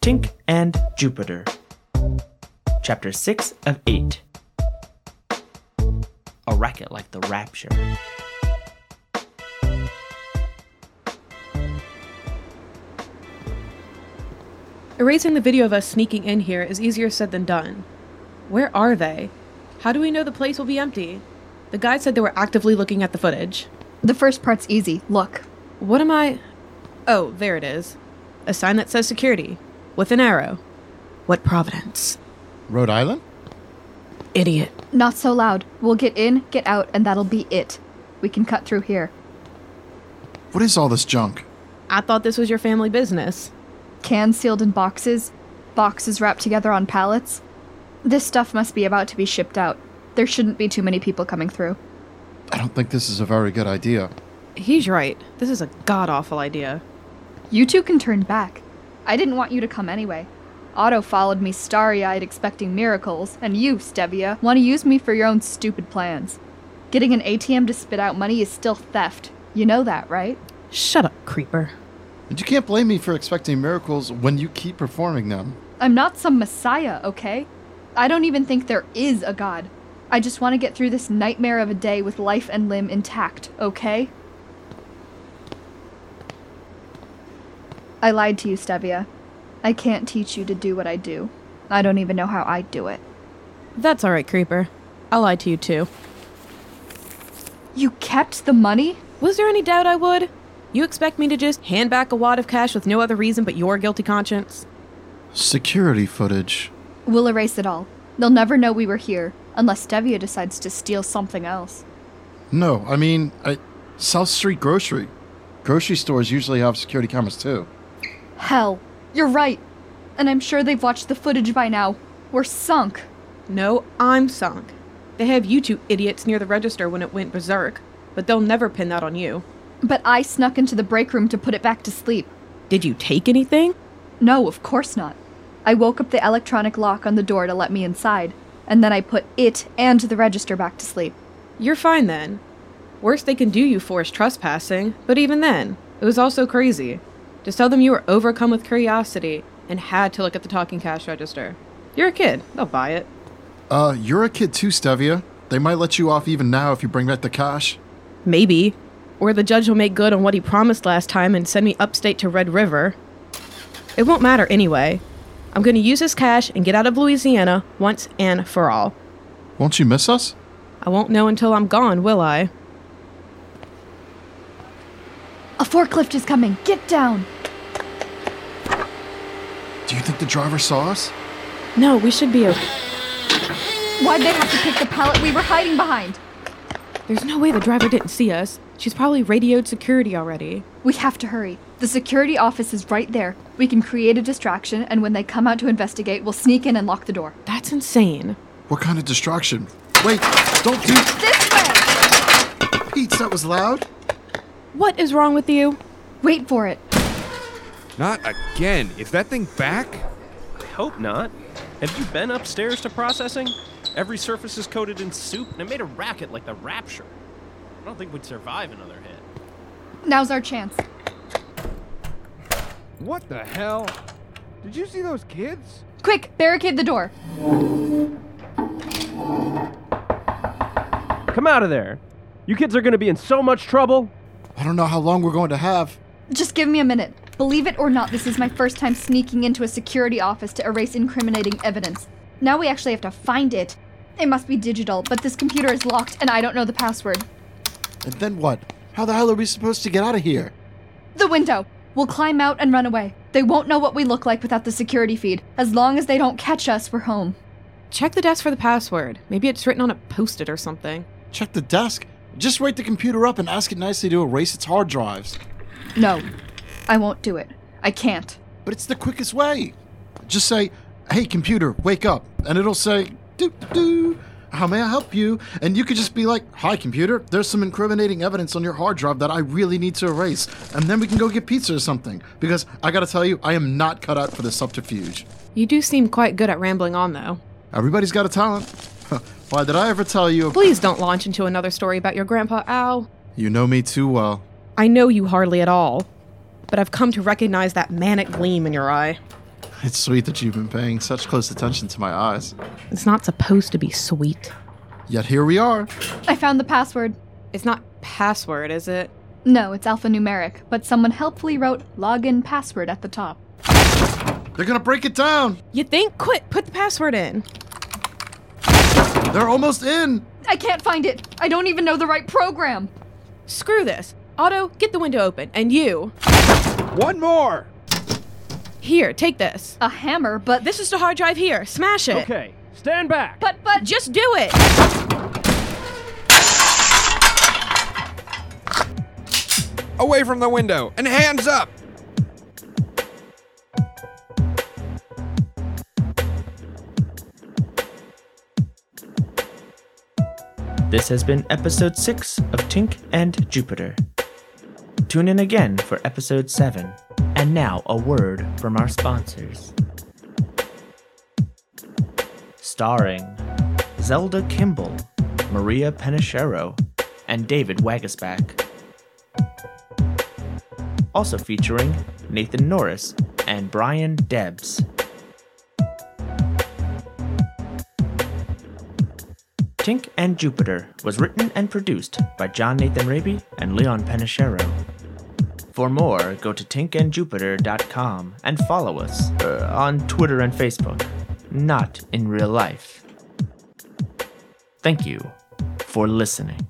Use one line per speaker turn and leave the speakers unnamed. Tink and Jupiter. Chapter 6 of 8 A Racket Like the Rapture.
Erasing the video of us sneaking in here is easier said than done. Where are they? How do we know the place will be empty? The guy said they were actively looking at the footage.
The first part's easy. Look.
What am I. Oh, there it is. A sign that says security. With an arrow. What providence?
Rhode Island?
Idiot.
Not so loud. We'll get in, get out, and that'll be it. We can cut through here.
What is all this junk?
I thought this was your family business.
Cans sealed in boxes, boxes wrapped together on pallets. This stuff must be about to be shipped out. There shouldn't be too many people coming through.
I don't think this is a very good idea.
He's right. This is a god awful idea.
You two can turn back. I didn't want you to come anyway. Otto followed me starry eyed, expecting miracles, and you, Stevia, want to use me for your own stupid plans. Getting an ATM to spit out money is still theft. You know that, right?
Shut up, creeper.
And you can't blame me for expecting miracles when you keep performing them.
I'm not some messiah, okay? I don't even think there is a god. I just want to get through this nightmare of a day with life and limb intact, okay? I lied to you, Stevia. I can't teach you to do what I do. I don't even know how I do it.
That's alright, creeper. I lied to you too.
You kept the money?
Was there any doubt I would? You expect me to just hand back a wad of cash with no other reason but your guilty conscience?
Security footage.
We'll erase it all. They'll never know we were here, unless Stevia decides to steal something else.
No, I mean, I, South Street Grocery. Grocery stores usually have security cameras too.
Hell, you're right. And I'm sure they've watched the footage by now. We're sunk.
No, I'm sunk. They have you two idiots near the register when it went berserk, but they'll never pin that on you.
But I snuck into the break room to put it back to sleep.
Did you take anything?
No, of course not. I woke up the electronic lock on the door to let me inside, and then I put it and the register back to sleep.
You're fine then. Worst they can do you for is trespassing, but even then, it was also crazy. Just tell them you were overcome with curiosity and had to look at the talking cash register. You're a kid, they'll buy it.
Uh, you're a kid too, Stevia. They might let you off even now if you bring back the cash.
Maybe. Or the judge will make good on what he promised last time and send me upstate to Red River. It won't matter anyway. I'm going to use this cash and get out of Louisiana once and for all.
Won't you miss us?
I won't know until I'm gone, will I?
A forklift is coming. Get down.
Do you think the driver saw us?
No, we should be okay.
Why'd they have to pick the pallet we were hiding behind?
There's no way the driver didn't see us. She's probably radioed security already.
We have to hurry. The security office is right there. We can create a distraction, and when they come out to investigate, we'll sneak in and lock the door.
That's insane.
What kind of distraction? Wait, don't do
This way!
Pete's. That was loud.
What is wrong with you?
Wait for it.
Not again. Is that thing back?
Hope not. Have you been upstairs to processing? Every surface is coated in soup, and it made a racket like the Rapture. I don't think we'd survive another hit.
Now's our chance.
What the hell? Did you see those kids?
Quick, barricade the door.
Come out of there! You kids are gonna be in so much trouble!
I don't know how long we're going to have.
Just give me a minute. Believe it or not, this is my first time sneaking into a security office to erase incriminating evidence. Now we actually have to find it. It must be digital, but this computer is locked and I don't know the password.
And then what? How the hell are we supposed to get out of here?
The window! We'll climb out and run away. They won't know what we look like without the security feed. As long as they don't catch us, we're home.
Check the desk for the password. Maybe it's written on a post it or something.
Check the desk. Just wake the computer up and ask it nicely to erase its hard drives.
No, I won't do it. I can't.
But it's the quickest way. Just say, hey, computer, wake up. And it'll say, doo doo, how may I help you? And you could just be like, hi, computer, there's some incriminating evidence on your hard drive that I really need to erase. And then we can go get pizza or something. Because I gotta tell you, I am not cut out for this subterfuge.
You do seem quite good at rambling on, though.
Everybody's got a talent. Why did I ever tell you?
Please don't launch into another story about your grandpa Al.
You know me too well.
I know you hardly at all, but I've come to recognize that manic gleam in your eye.
It's sweet that you've been paying such close attention to my eyes.
It's not supposed to be sweet.
Yet here we are.
I found the password.
It's not password, is it?
No, it's alphanumeric, but someone helpfully wrote login password at the top.
They're gonna break it down.
You think? Quit. Put the password in.
They're almost in.
I can't find it. I don't even know the right program.
Screw this. Otto, get the window open. And you.
One more.
Here, take this.
A hammer, but
This is the hard drive here. Smash it.
Okay, stand back.
But, but,
Just do it.
Away from the window and hands up!
This has been episode 6 of Tink and Jupiter. Tune in again for episode 7. And now, a word from our sponsors. Starring Zelda Kimball, Maria Penichero, and David Wagasback. Also featuring Nathan Norris and Brian Debs. Tink and Jupiter was written and produced by John Nathan Raby and Leon Penichero. For more, go to tinkandjupiter.com and follow us uh, on Twitter and Facebook, not in real life. Thank you for listening.